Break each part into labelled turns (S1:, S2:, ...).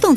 S1: 懂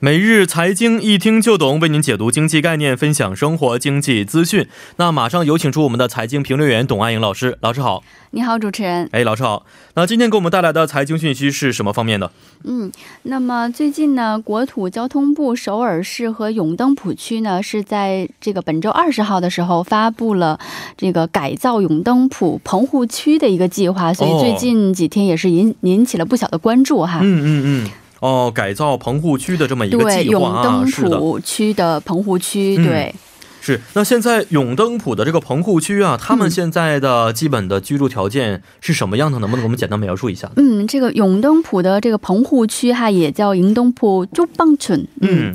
S2: 每日财经一听就懂，为您解读经济概念，分享生活经济资讯。那马上有请出我们的财经评论员董爱颖老师，老师好。
S3: 你好，主持人。
S2: 哎，老师好。那今天给我们带来的财经讯息是什么方面的？
S3: 嗯，那么最近呢，国土交通部首尔市和永登浦区呢，是在这个本周二十号的时候发布了这个改造永登浦棚户区的一个计划，所
S2: 哦
S3: 以最近几天也是引引起了不小的关注哈。
S2: 嗯嗯嗯。哦，改造棚户区的这么一个
S3: 对，
S2: 计划
S3: 永
S2: 啊，
S3: 登
S2: 是的，
S3: 浦区的棚户区，
S2: 嗯
S3: 对，
S2: 是。那现在永登浦的这个棚户区啊，他们现在的基本的居住条件是什么样的？能不能给我们简单描述一下呢？
S3: 嗯，这个永登浦的这个棚户区哈，也叫迎登浦就棒村，
S2: 嗯，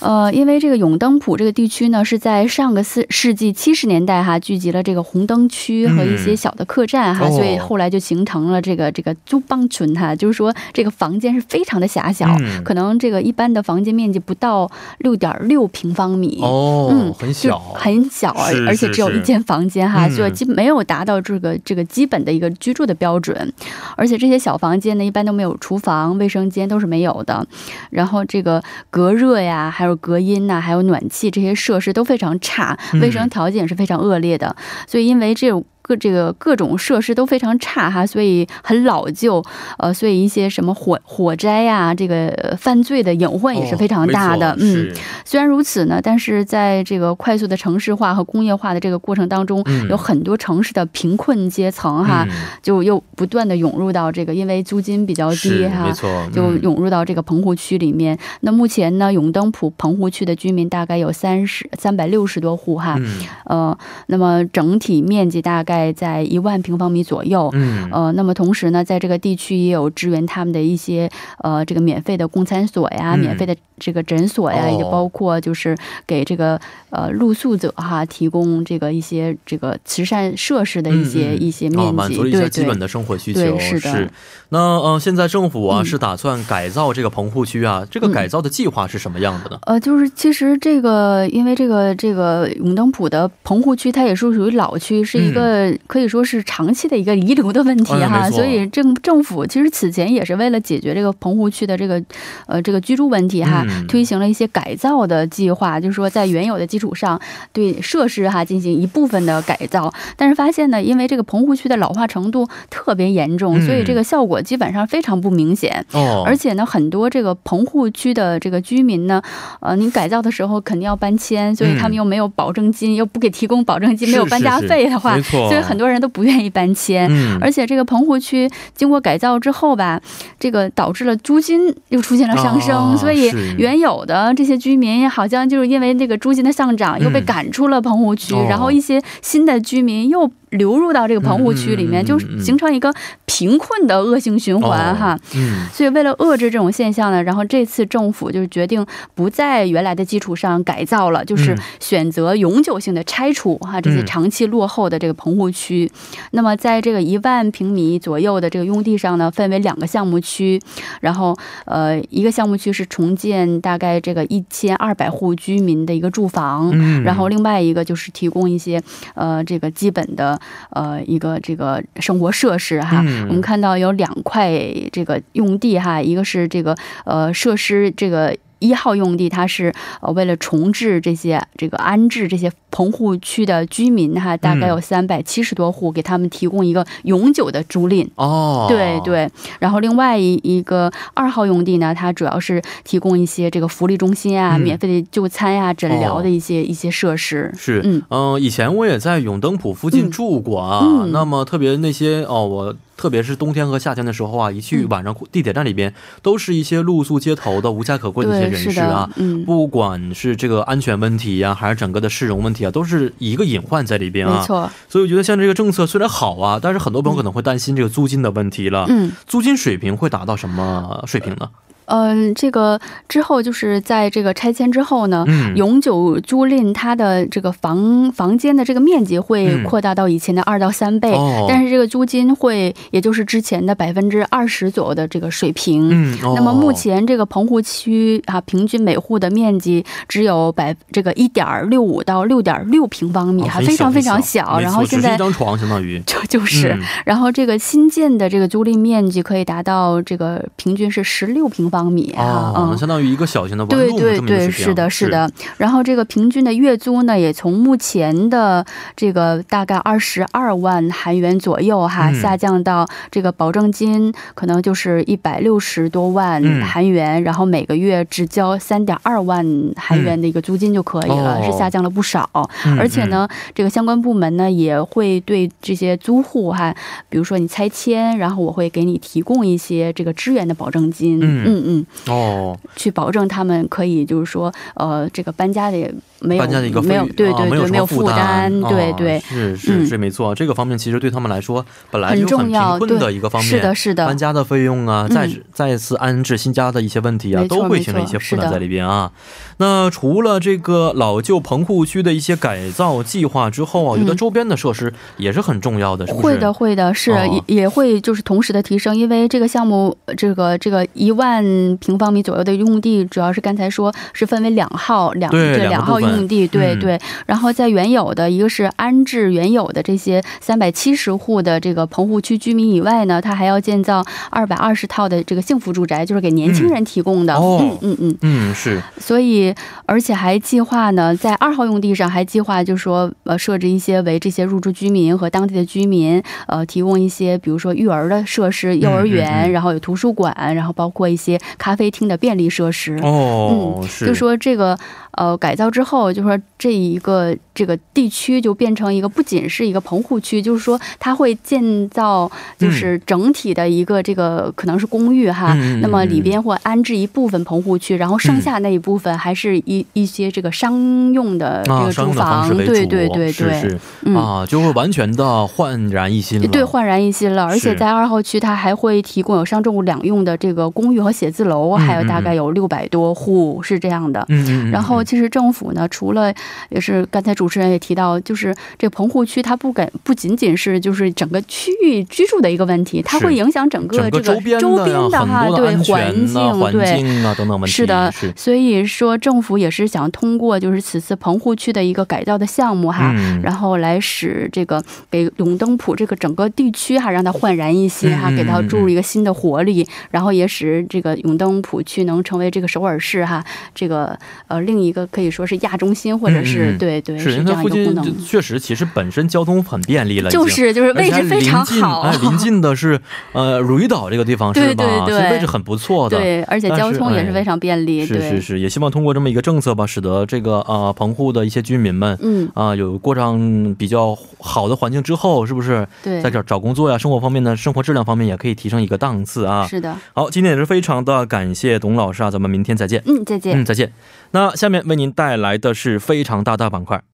S3: 呃，因为这个永登浦这个地区呢，是在上个世世纪七十年代哈，聚集了这个红灯区和一些小的客栈哈，
S2: 嗯哦
S3: 所以后来就形成了这个这个租邦群哈，就是说这个房间是非常的狭小，
S2: 嗯
S3: 可能这个一般的房间面积不到六点六平方米。
S2: 哦，
S3: 嗯
S2: 很
S3: 就
S2: 小，
S3: 很小，而
S2: 是
S3: 而且
S2: 是
S3: 只有一
S2: 是
S3: 间房间哈，
S2: 嗯
S3: 就基没有达到这个这个基本的一个居住的标准，而且这些小房间呢，一般都没有厨房、卫生间都是没有的，然后这个隔热呀，还有隔音呐、还有暖气这些设施都非常差，
S2: 嗯
S3: 卫生条件也是非常恶劣的，所以因为这种。各这个各种设施都非常差哈，所以很老旧，呃，所以一些什么火火灾呀、这个呃犯罪的隐患也是非常大的，
S2: 哦没错
S3: 嗯，
S2: 是
S3: 虽然如此呢，但是在这个快速的城市化和工业化的这个过程当中，
S2: 嗯
S3: 有很多城市的贫困阶层哈，
S2: 嗯
S3: 就又不断的涌入到这个，因为租金比较低
S2: 是
S3: 哈
S2: 没。错，
S3: 就
S2: 嗯
S3: 涌入到这个棚户区里面。那目前呢，永登浦棚户区的居民大概有三十三百六十多户哈、
S2: 嗯
S3: 呃，那么整体面积大概在一万平方米左右。
S2: 嗯
S3: 呃，那么同时呢，在这个地区也有支援他们的一些呃这个免费的公餐所呀、
S2: 嗯
S3: 免费的这个诊所呀，
S2: 哦
S3: 也包括就是给这个呃露宿者哈提供这个一些这个慈善设施的呃一些、
S2: 嗯嗯
S3: 一些
S2: 啊，
S3: 面
S2: 满
S3: 积，
S2: 足了一
S3: 对
S2: 些基
S3: 对
S2: 本。的生活需求。
S3: 对是的
S2: 那呃，现在政府啊、
S3: 嗯
S2: 是打算改造这个棚户区啊，这个
S3: 嗯
S2: 改造的计划是什么样的呢？
S3: 呃，就是其实这个，因为这个这个永登浦的棚户区，它也是属于老区，是一个、可以说是长期的一个遗留的问题
S2: 嗯哎
S3: 哈。
S2: 没错
S3: 所以政政府其实此前也是为了解决这个棚户区的这个呃这个居住问题哈、
S2: 嗯
S3: 推行了一些改造的计划，就是说在原有的基础上对设施哈进行一部分的改造。但是发现呢，因为这个棚户区的老化程度特别严重，
S2: 嗯
S3: 所以这个效果基本上非常不明显。
S2: 哦，
S3: 而且呢，很多这个棚户区的这个居民呢，呃，你改造的时候肯定要搬迁，所以他们又没有保证金，又不给提供保证金，
S2: 嗯是
S3: 没有搬家费的话，
S2: 是是没错
S3: 所以很多人都不愿意搬迁。
S2: 嗯，
S3: 而且这个棚户区经过改造之后吧，这个导致了租金又出现了上升，
S2: 啊
S3: 所以
S2: 是
S3: 原有的这些居民好像就是因为那个租金的上涨又被
S2: 嗯
S3: 赶出了棚户区，
S2: 哦
S3: 然后一些新的居民又流入到这个棚户区里
S2: 嗯
S3: 面，
S2: 嗯嗯嗯
S3: 就
S2: 嗯
S3: 形成一个贫困的恶性循环哈。
S2: 哦，嗯，
S3: 所以为了遏制这种现象呢，然后这次政府就是决定不在原来的基础上改造了，就是选择永久性的拆除哈这些长期落后的这个棚户区。那么在这个一万平米左右的这个用地上呢，分为两个项目区，然后呃一个项目区是重建大概这个一千二百户居民的一个住房。
S2: 嗯，
S3: 然后另外一个就是提供一些，呃，这个基本的，呃，一个这个生活设施哈。
S2: 嗯
S3: 我们看到有两块这个用地哈，一个是这个呃设施这个。一号用地，它是呃为了重置这些这个安置这些棚户区的居民哈，
S2: 嗯
S3: 大概有三百七十多户，给他们提供一个永久的租赁。
S2: 哦，
S3: 对，对，然后另外一一个二号用地呢，它主要是提供一些这个福利中心啊、
S2: 嗯
S3: 免费的就餐呀、诊疗
S2: 哦
S3: 的一些、一些设施。
S2: 是，嗯
S3: 嗯、
S2: 以前我也在永登浦附近
S3: 嗯
S2: 住过啊。
S3: 嗯
S2: 那么特别那些哦，我特别是冬天和夏天的时候啊，一去
S3: 嗯
S2: 晚上地铁站里边，都是一些露宿街头的无家可归的一些
S3: 对，
S2: 人
S3: 是
S2: 士
S3: 的
S2: 啊。，
S3: 嗯，
S2: 不管是这个安全问题呀、还是整个的市容问题啊，都是一个隐患在里边
S3: 没
S2: 啊。
S3: 错，
S2: 所以我觉得现在这个政策虽然好啊，但是很多朋友可能会担心这个租金的问题了。
S3: 嗯。
S2: 租金水平会达到什么水平呢？
S3: 嗯，这个之后就是在这个拆迁之后呢，
S2: 嗯
S3: 永久租赁它的这个房房间的这个面积会
S2: 嗯
S3: 扩大到以前的二到三倍、
S2: 哦
S3: 但是这个租金会也就是之前的百分之二十左右的这个水平。
S2: 嗯，哦
S3: 那么目前这个棚户区啊，平均每户的面积只有百这个一点六五到六点六平方米，
S2: 哦
S3: 还
S2: 很
S3: 非常非
S2: 很
S3: 常
S2: 小，没
S3: 然
S2: 错
S3: 后
S2: 只
S3: 现
S2: 是
S3: 在
S2: 一张床相当于。
S3: 就就是、
S2: 嗯
S3: 然后这个新建的这个租赁面积可以达到这个平均是十六平方米啊，
S2: 哦，那
S3: 嗯。
S2: 相当于一个小型的 one
S3: 对
S2: room
S3: 对
S2: 这么一个啊水
S3: 对，
S2: 平
S3: 是的，是。的。然后这个平均的月租呢，也从目前的这个大概二十二万韩元左右
S2: 嗯
S3: 哈、下降到这个保证金可能就是一百六十多万
S2: 嗯
S3: 韩元、然后每个月只交三点二万韩元的一个租金就可以了，
S2: 嗯哦
S3: 是下降了不少。
S2: 嗯
S3: 而且，呢，这个相关部门呢也会对这些租户哈，比如说你拆迁，然后我会给你提供一些这个支援的保证金，
S2: 嗯
S3: 嗯嗯，
S2: 嗯哦，
S3: 去保证他们可以就是说呃这个搬家的也没有
S2: 搬家的一个费
S3: 没有对
S2: 啊
S3: 对
S2: 没有什
S3: 对没
S2: 么
S3: 有
S2: 负
S3: 负担，对
S2: 啊
S3: 对。
S2: 是是
S3: 嗯
S2: 是没错。这个方面其实对他们来说本来就
S3: 很
S2: 是
S3: 重
S2: 很
S3: 要，
S2: 贫困
S3: 对，
S2: 的一个方面，
S3: 是的，是的
S2: 搬，家的费用啊，
S3: 嗯
S2: 再、再次安置新家的一些问题啊，
S3: 没错
S2: 都会形成一些负
S3: 没
S2: 担
S3: 错
S2: 在里边啊。那除了这个老旧棚户区的一些改造计划之后啊，
S3: 嗯
S2: 有的周边的设施也是很重要的，是不是？
S3: 会的，，会的，是、
S2: 哦
S3: 也也会就是同时的提升，因为这个项目呃这个这个一万平方米左右的用地，主要是刚才说是分为两号两
S2: 对
S3: 这
S2: 两
S3: 两
S2: 个部
S3: 号
S2: 分
S3: 用地，对
S2: 嗯
S3: 对、然后在原有的一个是安置原有的这些三百七十户的这个棚户区居民以外呢，它还要建造二百二十套的这个幸福住宅，就是给年轻人提供的。
S2: 嗯哦
S3: 嗯嗯嗯，
S2: 嗯，是，
S3: 所以，而且还计划呢，在二号用地上还计划，就说呃，设置一些为这些入住居民和当地的居民，呃，提供一些比如说育儿的设施、幼儿园，
S2: 嗯嗯
S3: 然后有图书馆，然后包括一些咖啡厅的便利设施。
S2: 哦，
S3: 嗯
S2: 是，
S3: 就说这个，呃，改造之后，就说这一个这个地区就变成一个不仅是一个棚户区，就是说它会建造，就是整体的一个这个可能是公寓哈，
S2: 嗯
S3: 啊那么
S2: 嗯
S3: 里。
S2: 嗯嗯嗯
S3: 边会安置一部分棚户区，然后剩下那一部分还是一一些这个商用的这
S2: 啊，
S3: 个
S2: 商
S3: 住
S2: 用的
S3: 房，
S2: 方式为主，
S3: 对对对对，
S2: 是是、
S3: 嗯。
S2: 啊，就会完全的焕然一新了。
S3: 对，焕然一新了，而且
S2: 是
S3: 在二号区，它还会提供有商住两用的这个公寓和写字楼，
S2: 嗯
S3: 还有
S2: 嗯
S3: 大概有六百多户是这样的。
S2: 嗯，嗯嗯嗯，
S3: 然后其实政府呢，除了也是刚才主持人也提到，就是这棚户区它不敢不仅仅是就是整个区域居住的一个问题，它
S2: 是
S3: 会影响整个
S2: 嗯整个
S3: 这个
S2: 周边的呀
S3: 哈，
S2: 很多的
S3: 对
S2: 安
S3: 环
S2: 全呐、
S3: 境
S2: 环
S3: 对。
S2: 境啊等等问题。
S3: 是的
S2: 是，
S3: 所以说政府也是想通过就是此次棚户区的一个改造的项目哈。
S2: 嗯，
S3: 然后来使这个给永登浦这个整个地区哈，让它焕然一新哈，
S2: 嗯嗯
S3: 给它
S2: 嗯
S3: 注入一个新的活力，然后也使这个永登浦区能成为这个首尔市哈，这个呃另一个可以说是亚中心或者是、
S2: 嗯嗯嗯
S3: 对对
S2: 是，因
S3: 是
S2: 为它
S3: 这样
S2: 附
S3: 一个功
S2: 近就
S3: 能，
S2: 确实其实本身交通很便利了已经，
S3: 就是就是
S2: 而
S3: 位
S2: 且还
S3: 置非常
S2: 临近
S3: 好，
S2: 哎，临近的是呃汝矣岛这个地方是
S3: 对
S2: 吧？
S3: 对对
S2: 所以位置很不错的。
S3: 对，而且
S2: 但
S3: 交
S2: 是
S3: 通也
S2: 哎
S3: 是非常便利，
S2: 是
S3: 对
S2: 是，是，也希望通过这么一个政策吧，使得这个呃棚户的一些居民们
S3: 嗯，
S2: 啊、有过上比较好的环境之后，是不是
S3: 对
S2: 在，找找工作呀、生活方面呢，生活质量方面也可以提升一个档次啊？
S3: 是的，
S2: 好，今天也是非常的感谢董老师啊，咱们明天再见。
S3: 嗯，再见。
S2: 嗯，再见。那下面为您带来的是非常大大板块。